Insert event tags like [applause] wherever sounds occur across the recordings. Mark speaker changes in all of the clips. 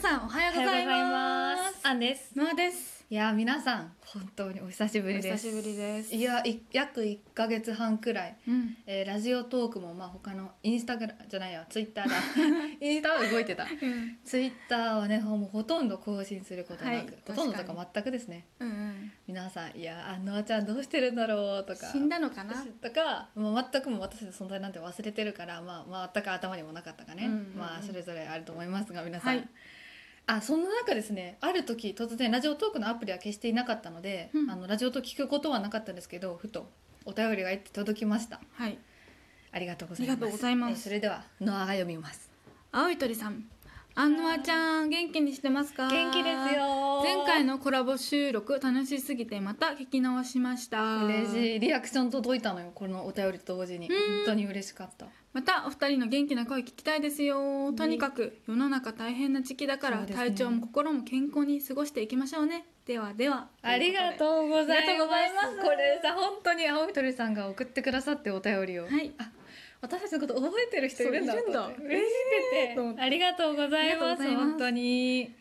Speaker 1: さんおはようございます。
Speaker 2: アンです。
Speaker 1: ノアです。
Speaker 2: いやー皆さん本当にお久しぶりです。
Speaker 1: ぶりです
Speaker 2: いやい約1ヶ月半くらい、
Speaker 1: うん。
Speaker 2: えーラジオトークもまあ他のインスタグラムじゃないやツイッターだインスタは動いてた
Speaker 1: うん。
Speaker 2: ツイッターはねほもうほとんど更新することなく、
Speaker 1: はい
Speaker 2: ほとんどと
Speaker 1: 確か
Speaker 2: か全くですね
Speaker 1: うん。
Speaker 2: 皆さんいやーあのあちゃんどうしてるんだろうとか
Speaker 1: 死んだのかな。
Speaker 2: とか、まあ、全くもう私の存在なんて忘れてるから、まあ、全く頭にもなかったかね、
Speaker 1: うんうんうん
Speaker 2: まあ、それぞれあると思いますが皆さん、
Speaker 1: はい
Speaker 2: あそんな中ですねある時突然ラジオトークのアプリは消していなかったので、
Speaker 1: うん
Speaker 2: あのラジオトーク聞くことはなかったんですけどふとお便りが一通届きました
Speaker 1: はい。
Speaker 2: ありがとうございます
Speaker 1: ありがとうございます
Speaker 2: えそれではノアが読みます
Speaker 1: 青い鳥さん。アンノアちゃん元気にしてますか。
Speaker 2: 元気です。よ
Speaker 1: 前回のコラボ収録楽しすぎてまた聞き直しました。
Speaker 2: 嬉しいリアクション届いたのよこのお便りと同時に本当に嬉しかった
Speaker 1: またお二人の元気な声聞きたいですよ。とにかく世の中大変な時期だから、
Speaker 2: そうですね
Speaker 1: 体調も心も健康に過ごしていきましょうね。ではでは。
Speaker 2: ありが
Speaker 1: う
Speaker 2: とうござい
Speaker 1: ありがとうござい
Speaker 2: ま
Speaker 1: ます
Speaker 2: す。これさ本当に青い鳥さんが送ってくださってお便りを、
Speaker 1: はい
Speaker 2: あ私たちのこと覚えてる人いるんだ
Speaker 1: そういるんだ
Speaker 2: と思って嬉し
Speaker 1: えーと思
Speaker 2: く
Speaker 1: ってて
Speaker 2: ありがとうござい
Speaker 1: ありがとう
Speaker 2: ま
Speaker 1: ご
Speaker 2: す
Speaker 1: ざいます
Speaker 2: 本当に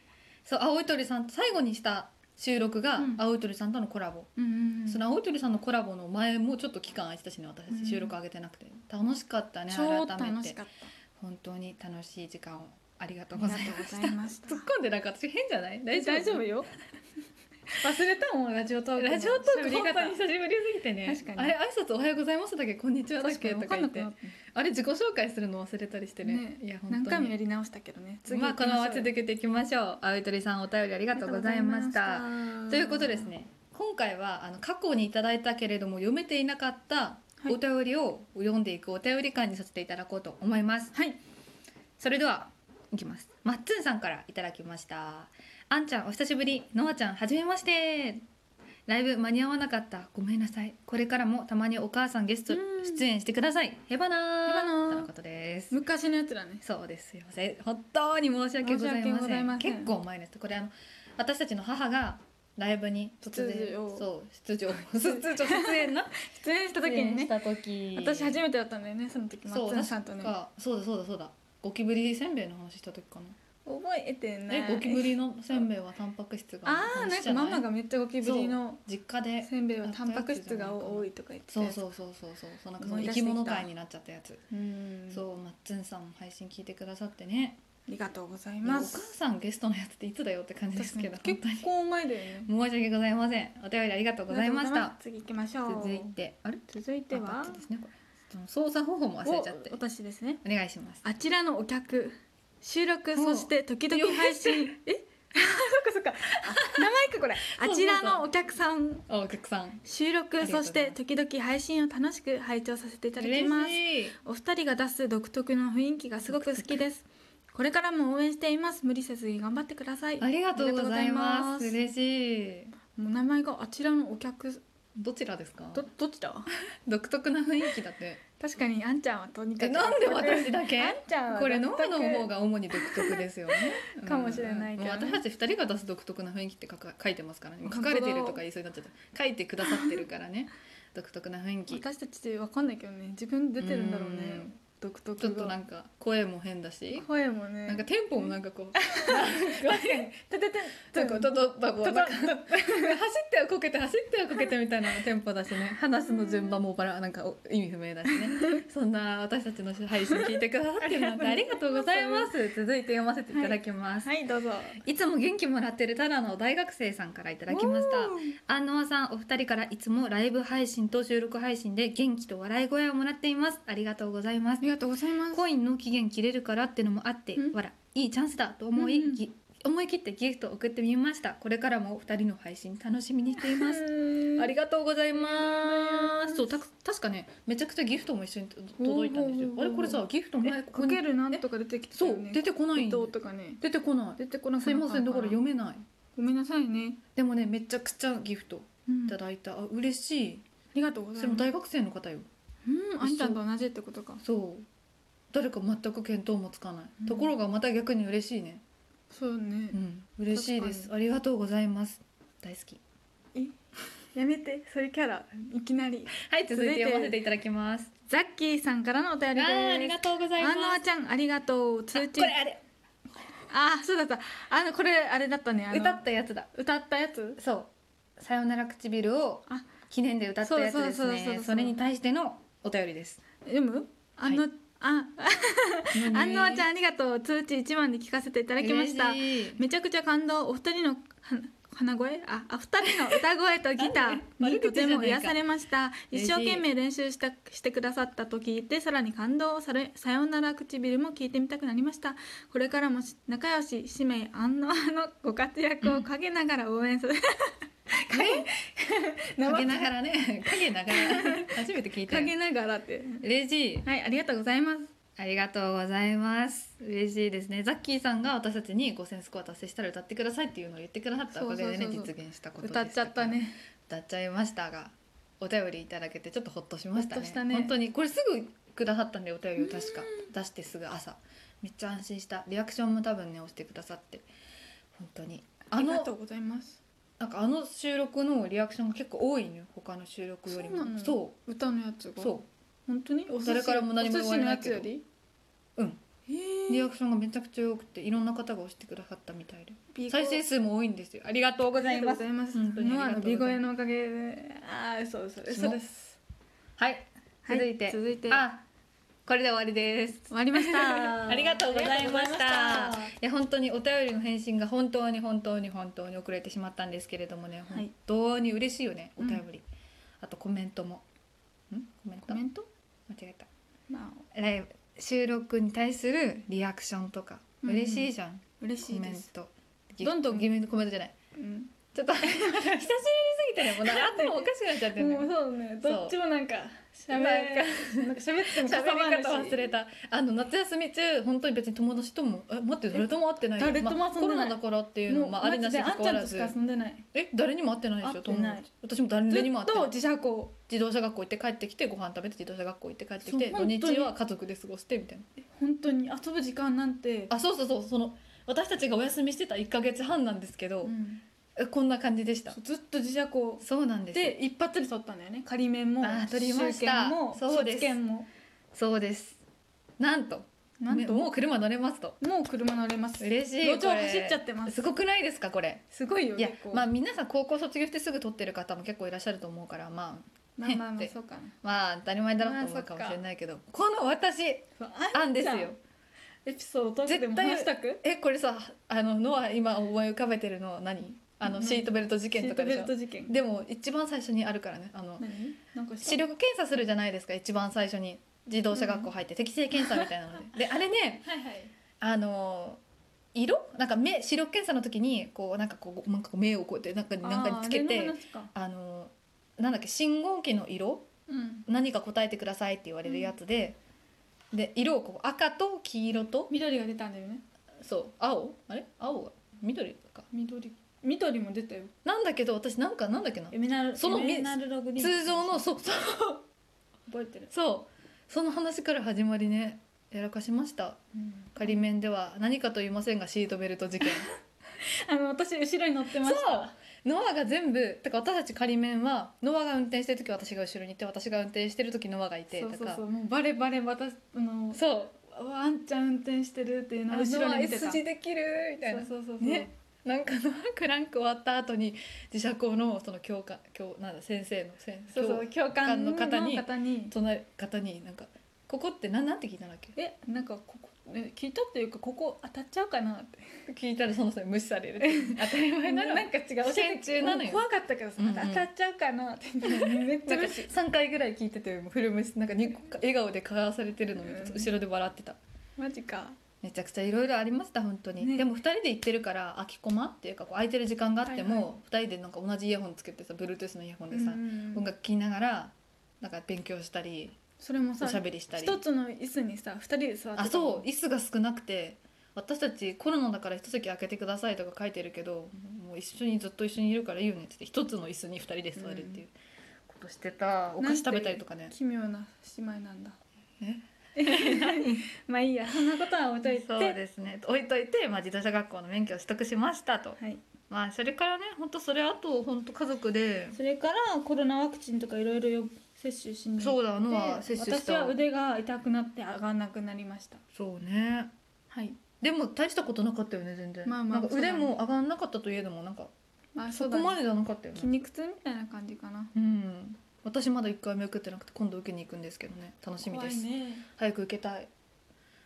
Speaker 2: そう青い鳥さんと最後にした収録が
Speaker 1: うん
Speaker 2: 青い鳥さんとのコラボ、
Speaker 1: とうございます。うんうんうん。
Speaker 2: その青い鳥さんのコラボの前もちょっと期間空いてたしね私た
Speaker 1: うん
Speaker 2: ち収録上げてなくて、楽しかったね
Speaker 1: 超
Speaker 2: 改め
Speaker 1: 楽してかった。
Speaker 2: 本当に楽しい時間をありがと
Speaker 1: あ
Speaker 2: う
Speaker 1: り
Speaker 2: ご
Speaker 1: が
Speaker 2: ざ
Speaker 1: と
Speaker 2: いうま
Speaker 1: ご
Speaker 2: し
Speaker 1: ざ
Speaker 2: た
Speaker 1: いました
Speaker 2: 突っ。込んでなんか私変じゃない大丈夫
Speaker 1: よ。
Speaker 2: 忘れたもんラジオトークの
Speaker 1: ラジオトーク
Speaker 2: 喋り
Speaker 1: 本
Speaker 2: 方
Speaker 1: 当に
Speaker 2: 久しぶりすぎてね
Speaker 1: 確かに
Speaker 2: あれ挨拶おはようございますだけこんにちはだ
Speaker 1: 確か
Speaker 2: け
Speaker 1: に
Speaker 2: と
Speaker 1: 分
Speaker 2: か
Speaker 1: かん
Speaker 2: 言
Speaker 1: な
Speaker 2: っ
Speaker 1: く
Speaker 2: て
Speaker 1: なった。
Speaker 2: あれ自己紹介するの忘れたりしてね
Speaker 1: ね
Speaker 2: いや本当に
Speaker 1: 何回もやり直したけどね。
Speaker 2: 次まあこのまま続けていきましょう青い鳥さんお便りありがとうございましたということです。ね今回はあの過去にいただいたけれども読めていなかった
Speaker 1: はい
Speaker 2: お便りを読んでいくお便り会にさせていただこうと思います
Speaker 1: はい。
Speaker 2: それではいきますまっつんさんからいただきましたあんちゃんお久しぶりのあちゃんはじめましてライブ間に合わなかったごめんなさいこれからもたまにお母さんゲスト
Speaker 1: うん
Speaker 2: 出演してくださいへばなー
Speaker 1: へばなー
Speaker 2: とのことです
Speaker 1: 昔のやつだね。
Speaker 2: そうですよせ本当に申し訳ござ
Speaker 1: 申
Speaker 2: い
Speaker 1: し
Speaker 2: ま
Speaker 1: 訳
Speaker 2: せ
Speaker 1: ご
Speaker 2: ん
Speaker 1: ざいません
Speaker 2: 結構前ですこれあの私たちの母がライブに突然
Speaker 1: 出場
Speaker 2: そう
Speaker 1: [laughs]
Speaker 2: 出場出場出演な
Speaker 1: 出演した時に
Speaker 2: 出演
Speaker 1: ね
Speaker 2: し。た時
Speaker 1: 私初めてだったんだよね。その時松
Speaker 2: そう
Speaker 1: 田さんとね。
Speaker 2: 確
Speaker 1: 覚
Speaker 2: かそうだそうだそうだゴキブリせんべいの話した時かな
Speaker 1: えてない。
Speaker 2: えゴキブリのせんべいはタンパク質が
Speaker 1: ああなんかママ
Speaker 2: が
Speaker 1: がめっちゃゴキブリの
Speaker 2: 実家で
Speaker 1: せんべいはタンパク質が多いとか言ってた
Speaker 2: そ
Speaker 1: や
Speaker 2: う
Speaker 1: つ。
Speaker 2: そうそうそうそうそうなんかその
Speaker 1: 思い
Speaker 2: 生
Speaker 1: 出して
Speaker 2: き
Speaker 1: きた
Speaker 2: 物界になっちゃったやつ、
Speaker 1: うん。あ
Speaker 2: そうマッツンさんも配信聞いてくださってね、
Speaker 1: りがとうござい
Speaker 2: お
Speaker 1: ま
Speaker 2: 母
Speaker 1: す。
Speaker 2: さんゲストのやつっていつだよって感じですけど
Speaker 1: 確かに
Speaker 2: 本当に
Speaker 1: 結構前だよね。
Speaker 2: 申し訳ございませんお便りありがとうございまし
Speaker 1: ありがとうござい
Speaker 2: た
Speaker 1: す。次行きましょう。
Speaker 2: 続いてあれ
Speaker 1: 続いて
Speaker 2: あバ
Speaker 1: は
Speaker 2: ッチですねこれその操作方法も忘れちゃって
Speaker 1: お私ですね
Speaker 2: お願いします
Speaker 1: あちらのお客収録
Speaker 2: お
Speaker 1: そして時々配
Speaker 2: [laughs]
Speaker 1: 信え [laughs] そっかそっかあ名前かこれ
Speaker 2: そうそう
Speaker 1: あちらのお客さん
Speaker 2: あお客さん
Speaker 1: 収
Speaker 2: あ
Speaker 1: 録
Speaker 2: りがと
Speaker 1: そ
Speaker 2: うござ
Speaker 1: し
Speaker 2: い
Speaker 1: て
Speaker 2: ます
Speaker 1: 時々配信を楽しく拝聴させていただきます
Speaker 2: 嬉しい
Speaker 1: お二人が出す独特の雰囲気がすごく好きですこれからも応援しています無理せずに頑張ってください
Speaker 2: ありがとうございま
Speaker 1: あ
Speaker 2: す
Speaker 1: りがとうござい
Speaker 2: 嬉しい
Speaker 1: ますもう名前があちらのお客
Speaker 2: どちらですか
Speaker 1: どどっちだ
Speaker 2: 独特な雰囲気だって
Speaker 1: 確かにあんちゃんはとにか
Speaker 2: え
Speaker 1: く
Speaker 2: なんで私だけ
Speaker 1: あんちゃんは
Speaker 2: これノア
Speaker 1: 全く
Speaker 2: の方が主に独特ですよね
Speaker 1: かもしれないけどね
Speaker 2: うんもう私たち二人が出す独特な雰囲気って書か書いてますからね今書かれてるとか言いそうになっちゃった書いてくださってるからね独特な雰囲気ち
Speaker 1: 私たちってわかんないけどね自分で出てるんだろうね
Speaker 2: うん
Speaker 1: 独特
Speaker 2: ょっとなんか声も変だし
Speaker 1: 声もね [laughs]
Speaker 2: なんかテンポもなんかこう
Speaker 1: ててて
Speaker 2: なんかトトバコなん
Speaker 1: ト
Speaker 2: か走ってはこけて走ってはこけてみたいなテンポだしね話すの順番もバラなんかお意味不明だしねそんな私たちの配信聞いてくださってるなんてありがとうございます続いて読ませていただきます、
Speaker 1: はいどうぞ
Speaker 2: い、つも元気もらってるただの大学生さんからいただきました安野さんお二人からいつもライブ配信と収録配信で元気と笑い声をもらっていますありがとうございます
Speaker 1: ありがとうございます
Speaker 2: コインの期限切れるからってのもあって、
Speaker 1: うん
Speaker 2: わらいいチャンスだと思い、
Speaker 1: うんうん
Speaker 2: ぎ思い切ってギフトを送ってみましたこれからもお二人の配信楽しみにしています
Speaker 1: す
Speaker 2: あり
Speaker 1: が
Speaker 2: がとうございま
Speaker 1: ありがとうございますす
Speaker 2: そうた確かねめちゃくちゃギフトも一緒にと届いたんですよ
Speaker 1: ほうほうほう
Speaker 2: あれこれさギフト前ここ
Speaker 1: か
Speaker 2: に
Speaker 1: けるなんとか出てきてた
Speaker 2: そ
Speaker 1: よ
Speaker 2: う
Speaker 1: ね
Speaker 2: 出てこないん
Speaker 1: 伊
Speaker 2: だ
Speaker 1: 藤とかね
Speaker 2: 出てこない
Speaker 1: 出てこなく
Speaker 2: すい
Speaker 1: な
Speaker 2: ま
Speaker 1: った
Speaker 2: せんだ
Speaker 1: の
Speaker 2: から読めない
Speaker 1: ごめんなさいね
Speaker 2: でもねめちゃくちゃギフト
Speaker 1: うん
Speaker 2: いた
Speaker 1: あ
Speaker 2: だいた、あ嬉しい
Speaker 1: りがとうご
Speaker 2: そ
Speaker 1: ざい
Speaker 2: れも
Speaker 1: ます
Speaker 2: 大学生の方よ
Speaker 1: うんあんちゃんと同じってことか
Speaker 2: そう誰か全く見当もつかない、
Speaker 1: うん
Speaker 2: ところがまた逆に嬉しいね
Speaker 1: そうね
Speaker 2: うん、嬉しいです。ありがとうございます。大好き。
Speaker 1: [laughs] やめてそういうキャラいきなり
Speaker 2: はい、続
Speaker 1: 続
Speaker 2: い
Speaker 1: い
Speaker 2: て
Speaker 1: て
Speaker 2: 読ませていただきます。
Speaker 1: ザッキーさんからのお便りです
Speaker 2: とうござ
Speaker 1: あんのあちゃんありがとう通知
Speaker 2: これあれ。
Speaker 1: あーそうだったあのこれあれだったねあの
Speaker 2: 歌ったやつだ
Speaker 1: 歌ったやつ
Speaker 2: そう「さよなら唇」を
Speaker 1: あ
Speaker 2: 記念で歌ったやつです
Speaker 1: そうそうそうそうそ
Speaker 2: ね
Speaker 1: う
Speaker 2: それに対してのお便りです
Speaker 1: 読むあの、
Speaker 2: は
Speaker 1: あ [laughs]
Speaker 2: 安
Speaker 1: 安納ちゃんありがとう通知1番で聞かせていただきましためちゃくちゃ感動お二人の [laughs] は鼻声ああ二人の [laughs] 歌声とギターにとても癒されました一
Speaker 2: 嬉しい
Speaker 1: 生懸命練習したしてくださったと聞いてさらに感動されさよなら唇も聞いてみたくなりましたこれからもし仲良し姉妹安納のご活躍を陰ながら応援する、
Speaker 2: 陰ながらね陰ながら初めて聞いたよ
Speaker 1: 陰ながらって
Speaker 2: 嬉しい
Speaker 1: はいありがとうございます
Speaker 2: ありがとうございます嬉しいですねザッキーさんが私たちに5000スコア達成したら歌ってくださいっていうのを言ってくださったおかげでね
Speaker 1: そうそうそうそう
Speaker 2: 実現したことで
Speaker 1: 歌っちゃったね
Speaker 2: 歌っちゃいましたがお便りいただけてちょっとほっとしました
Speaker 1: ほっ
Speaker 2: ね
Speaker 1: としたね
Speaker 2: 本当にこれすぐくださったんでお便りを確か出してすぐ朝めっちゃ安心したリアクションも多分ね押してくださって本当にあの
Speaker 1: うございます
Speaker 2: なんかあの収録のリアクションが結構多いのよ他の収録よりも
Speaker 1: そうなの
Speaker 2: そ
Speaker 1: 歌のやつ
Speaker 2: う
Speaker 1: が
Speaker 2: そ
Speaker 1: 本当にお
Speaker 2: 誰からも何も
Speaker 1: お寿
Speaker 2: 言わ
Speaker 1: 司
Speaker 2: れ
Speaker 1: の
Speaker 2: ない
Speaker 1: や
Speaker 2: け
Speaker 1: つ
Speaker 2: ど
Speaker 1: より
Speaker 2: ううん
Speaker 1: へ
Speaker 2: リ
Speaker 1: え
Speaker 2: アクションがめちゃくちゃ多くていろんな方が押してくださったみたいで
Speaker 1: 美
Speaker 2: 再生数も多いんですよありがとうございます
Speaker 1: ありがとうござい
Speaker 2: 本
Speaker 1: ます
Speaker 2: 当に
Speaker 1: ノ
Speaker 2: あ
Speaker 1: ア
Speaker 2: り
Speaker 1: の
Speaker 2: がとう
Speaker 1: 美
Speaker 2: ござい
Speaker 1: 声の
Speaker 2: ます
Speaker 1: おかげでああそうですそうです
Speaker 2: そう
Speaker 1: そうです
Speaker 2: はい
Speaker 1: はい
Speaker 2: 続いて、
Speaker 1: 続いて
Speaker 2: あこれで終わりです
Speaker 1: 終わりました
Speaker 2: [laughs] ありがとうござい
Speaker 1: あ
Speaker 2: ました。
Speaker 1: りがとうございま
Speaker 2: いや本当にお便りの返信が本当に本当に本当に遅れてしまったんですけれどもね、
Speaker 1: はい
Speaker 2: 本当に嬉しいよねお
Speaker 1: うん
Speaker 2: 便り、あとコメントもんコメント
Speaker 1: コメント
Speaker 2: 間違えた
Speaker 1: まあ
Speaker 2: ライブ収録に対するリアクションとか
Speaker 1: うん
Speaker 2: 嬉しいじゃん、
Speaker 1: 嬉
Speaker 2: コ
Speaker 1: しい
Speaker 2: メ
Speaker 1: で
Speaker 2: ン
Speaker 1: す
Speaker 2: ト
Speaker 1: どんどん
Speaker 2: ギミコメントじゃない
Speaker 1: うん
Speaker 2: ちょっと [laughs] 久しぶりすぎてねもうなんか頭おかしくなっちゃってるのよ
Speaker 1: もうそうね
Speaker 2: そう
Speaker 1: どっちもなんか
Speaker 2: なん
Speaker 1: 喋
Speaker 2: か
Speaker 1: れなんか喋っても
Speaker 2: 喋り方忘れ
Speaker 1: た
Speaker 2: たあの夏休み中本当に別に友達とも「え待って誰とも会ってないよ
Speaker 1: 誰とも遊んでない
Speaker 2: まあコロナだからっていうのもまあありなしに
Speaker 1: あ
Speaker 2: 関
Speaker 1: んち
Speaker 2: わ
Speaker 1: ゃん
Speaker 2: ら
Speaker 1: とし
Speaker 2: ず
Speaker 1: か遊んでない
Speaker 2: え誰にも会ってないですよ
Speaker 1: 会ってない
Speaker 2: 友達私も誰にも会って
Speaker 1: ずっ
Speaker 2: な
Speaker 1: と
Speaker 2: い
Speaker 1: 自社校
Speaker 2: 自動車学校行って帰ってきてご飯食べて自動車学校行って帰っ
Speaker 1: そ
Speaker 2: てき
Speaker 1: う
Speaker 2: て土
Speaker 1: 本当に
Speaker 2: 日は家族で過ごしてみたいな
Speaker 1: 本当に遊ぶ時間なんて
Speaker 2: あそうそうそうその私たちがお休みしてた1か月半なんですけど、
Speaker 1: うん
Speaker 2: えこんな感じでした
Speaker 1: そうずっと自社校
Speaker 2: そうなんです
Speaker 1: で一発で取ったんだよね仮面も
Speaker 2: あー取りました
Speaker 1: 修験も
Speaker 2: そうです
Speaker 1: 卒検も
Speaker 2: そうですなんと
Speaker 1: なんと
Speaker 2: ねもう車乗れますと
Speaker 1: もう車乗れます
Speaker 2: 嬉しい
Speaker 1: 路上
Speaker 2: これ
Speaker 1: 走っちゃってます
Speaker 2: すごくないですかこれ
Speaker 1: すごいよ
Speaker 2: いや
Speaker 1: 結構
Speaker 2: まあ皆さん高校卒業してすぐ取ってる方も結構いらっしゃると思うからまあ
Speaker 1: まあ [laughs] まあま
Speaker 2: ね
Speaker 1: あ
Speaker 2: って
Speaker 1: そうかな
Speaker 2: まあ当たり前だろうと思うかもしれないけど、この私
Speaker 1: そう
Speaker 2: あんですよ
Speaker 1: エピソードでも話したく
Speaker 2: えこれさあのノア今思い浮かべてるの何あの
Speaker 1: うん
Speaker 2: シートベルト事
Speaker 1: シ
Speaker 2: 件と
Speaker 1: ート
Speaker 2: かで
Speaker 1: ベ
Speaker 2: し
Speaker 1: ル
Speaker 2: ょ
Speaker 1: ト事件
Speaker 2: でも一番最初にあるからねあの
Speaker 1: 何なんかした
Speaker 2: 視力検査するじゃないですか一番最初に自動車学校入って適正検査みたいなのでであれね
Speaker 1: はいはい
Speaker 2: あの色なんか目視力検査の時にこうなんかこうなんかこう目をこうやってなんかなんかにつけ
Speaker 1: あーあれ
Speaker 2: て
Speaker 1: の話か
Speaker 2: あのなんだっけ信号機の色
Speaker 1: うん
Speaker 2: 何か答えてくださいって言われるやつで、で色をこう赤と黄色と
Speaker 1: 緑が出たんだよね
Speaker 2: そう青あれ青が緑か
Speaker 1: 緑緑も出たよ
Speaker 2: なんだけど私なんかなんだっけな
Speaker 1: エメラル
Speaker 2: その
Speaker 1: エメラルドグリーン
Speaker 2: 通常のそうそう
Speaker 1: 覚えてる
Speaker 2: そうその話から始まりねやらかしました仮面では何かと言いませんがシートベルト事件
Speaker 1: あの私後ろに乗ってました
Speaker 2: ノアが全部だから私たち仮面はノアが運転してる時私が後ろにいて私が運転してる時ノアがいてと
Speaker 1: そう
Speaker 2: か
Speaker 1: そうそうもうバレバレ私あの
Speaker 2: そう
Speaker 1: あんちゃん運転してるっていうのを後
Speaker 2: ノ
Speaker 1: ろ
Speaker 2: ア
Speaker 1: に見てた
Speaker 2: S 字できるみたいな
Speaker 1: そうそうそうそう
Speaker 2: ねなんかのクランク終わった後に自社校のその教科教なんだ先生の先
Speaker 1: そうそう
Speaker 2: 教
Speaker 1: 教官の
Speaker 2: 教官
Speaker 1: 方
Speaker 2: の
Speaker 1: に
Speaker 2: 隣方になんかここってなんなんて聞いたんだっけ
Speaker 1: えなんかここえ聞いたっていうかここ当たっちゃうかなって
Speaker 2: 聞いたらその人に無視される [laughs] 当たり前なの
Speaker 1: なんか違う
Speaker 2: 試験中なのよ
Speaker 1: 怖かったからさ、
Speaker 2: うんうん
Speaker 1: 当たっちゃうかなって言ってめっちゃ
Speaker 2: なんか
Speaker 1: 嬉しい
Speaker 2: 3回ぐらい聞いててもうフル無視なんかに笑顔でかわされてるのに
Speaker 1: うん
Speaker 2: 後ろで笑ってた
Speaker 1: マジか
Speaker 2: めちゃくちゃいろいろありました本当に、
Speaker 1: ね
Speaker 2: でも2人で行ってるから空きコマっていうかこう空いてる時間があって
Speaker 1: はいはい
Speaker 2: も、2人でなんか同じイヤホンつけてさ Bluetooth のイヤホンでさ、音楽聴きながらなんか勉強したり
Speaker 1: それも
Speaker 2: お
Speaker 1: さ
Speaker 2: しゃべりしたり
Speaker 1: 一つの椅子にさ二人で座ってた
Speaker 2: あ
Speaker 1: の
Speaker 2: そう椅子が少なくて私たちコロナだから一席空けてくださいとか書いてるけどもう一緒にずっと一緒にいるからいいよねっつって一つの椅子に二人で座るっていうことしてた、お菓子食べたりとかね
Speaker 1: 奇妙な姉妹なんだ
Speaker 2: え
Speaker 1: まあいいやそんなことは置いといて
Speaker 2: そうですね置いといて、まあ、自動車学校の免許を取得しましたと、
Speaker 1: はい、
Speaker 2: まあそれからね本当それあと本当家族で
Speaker 1: それからコロナワクチンとかいろいろ接種しに
Speaker 2: そ
Speaker 1: う
Speaker 2: うだのは接種し
Speaker 1: 私
Speaker 2: た
Speaker 1: は腕が痛くなって上がんなくなりました
Speaker 2: そうね
Speaker 1: はい
Speaker 2: でも大したことなかったよね全然、
Speaker 1: まあまあ
Speaker 2: なんか
Speaker 1: そうだ
Speaker 2: 腕
Speaker 1: ね
Speaker 2: も上がらなかったといえどもなんか
Speaker 1: あそ
Speaker 2: そこ
Speaker 1: こま
Speaker 2: まで
Speaker 1: で
Speaker 2: じゃなかったよ
Speaker 1: 筋
Speaker 2: ね
Speaker 1: 肉痛みたいな感じかな
Speaker 2: うん私まだ一回目受けてなくて今度受けに行くんですけどね楽しみです、
Speaker 1: 怖いね
Speaker 2: 早く受けたい、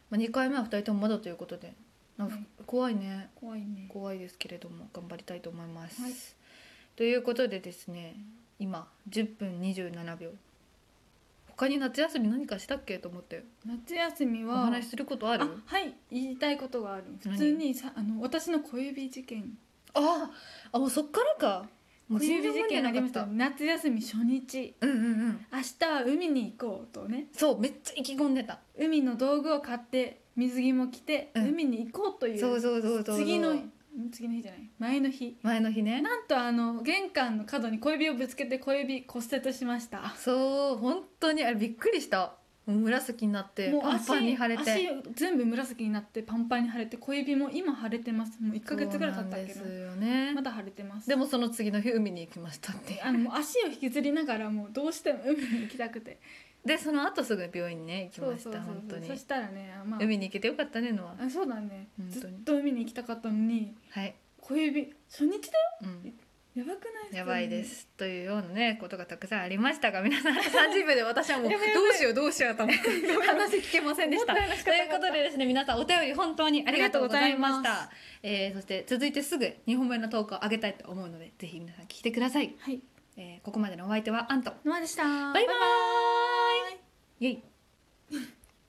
Speaker 2: まあ、2回目は2人ともまだということでなんか
Speaker 1: うん
Speaker 2: 怖いね
Speaker 1: 怖いね
Speaker 2: 怖いですけれども頑張りたいと思います、
Speaker 1: はい
Speaker 2: ということでですね今10分27秒他に夏休み何かしたっけと思って
Speaker 1: 夏休み
Speaker 2: お
Speaker 1: は
Speaker 2: 話しすることある
Speaker 1: あはい言いたいことがある
Speaker 2: 何
Speaker 1: 普通にさあの私の小指事件
Speaker 2: ああもうそっからかもう
Speaker 1: 小指
Speaker 2: 全
Speaker 1: 事
Speaker 2: 然
Speaker 1: 件
Speaker 2: 間
Speaker 1: あ
Speaker 2: に合
Speaker 1: りま
Speaker 2: わな
Speaker 1: し
Speaker 2: か
Speaker 1: た
Speaker 2: った
Speaker 1: 夏休み初日
Speaker 2: うんうんうん
Speaker 1: 明日は海に行こうとね
Speaker 2: そうめっちゃ意気込んでた
Speaker 1: 海の道具を買って水着も着て、
Speaker 2: うん
Speaker 1: 海に行こうという
Speaker 2: そうそうそうそう
Speaker 1: 次の次の日じゃない前の日
Speaker 2: 前の日ね
Speaker 1: なんとあの玄関の角に小指をぶつけて小指骨折しました
Speaker 2: そう本当にあれびっくりしたもう紫になって
Speaker 1: もう
Speaker 2: パン
Speaker 1: 足
Speaker 2: パンに腫れて
Speaker 1: 足全部紫になってパンパンに腫れて小指も今腫れてますもう1か月ぐらい経ったけ
Speaker 2: そ
Speaker 1: ど
Speaker 2: うなんですよね
Speaker 1: まだ腫れてます
Speaker 2: でもその次の日海に行きましたって
Speaker 1: あのもう足を引きずりながらもうどうしても海に行きたくて
Speaker 2: でその後すぐ病院ね行き
Speaker 1: そう
Speaker 2: まし
Speaker 1: そうそ
Speaker 2: た
Speaker 1: う
Speaker 2: 本当
Speaker 1: そ
Speaker 2: に
Speaker 1: したらねあまあ
Speaker 2: 海に行けてよかったねのは
Speaker 1: あそうだね
Speaker 2: 本当に
Speaker 1: ずっと海に行きたかったのに
Speaker 2: はい、
Speaker 1: 小指初日だよ
Speaker 2: うん、
Speaker 1: やばくない
Speaker 2: やばいですというようなねことがたくさんありましたが皆さん30秒で私はもうどうしようどうしようと思って
Speaker 1: [laughs]
Speaker 2: 話聞けませんでした
Speaker 1: もったいなし
Speaker 2: と
Speaker 1: かった
Speaker 2: いうことでですね皆さんお便り本当にありがとうございまし
Speaker 1: ありがとうござい
Speaker 2: たえーそして続いてすぐ2本目の投稿を上げたいと思うのでぜひ皆さん聞いてください、
Speaker 1: はい
Speaker 2: えーここまでのお相手はアント
Speaker 1: 沼でした
Speaker 2: バイバーイ
Speaker 1: バイバーイ
Speaker 2: イエイ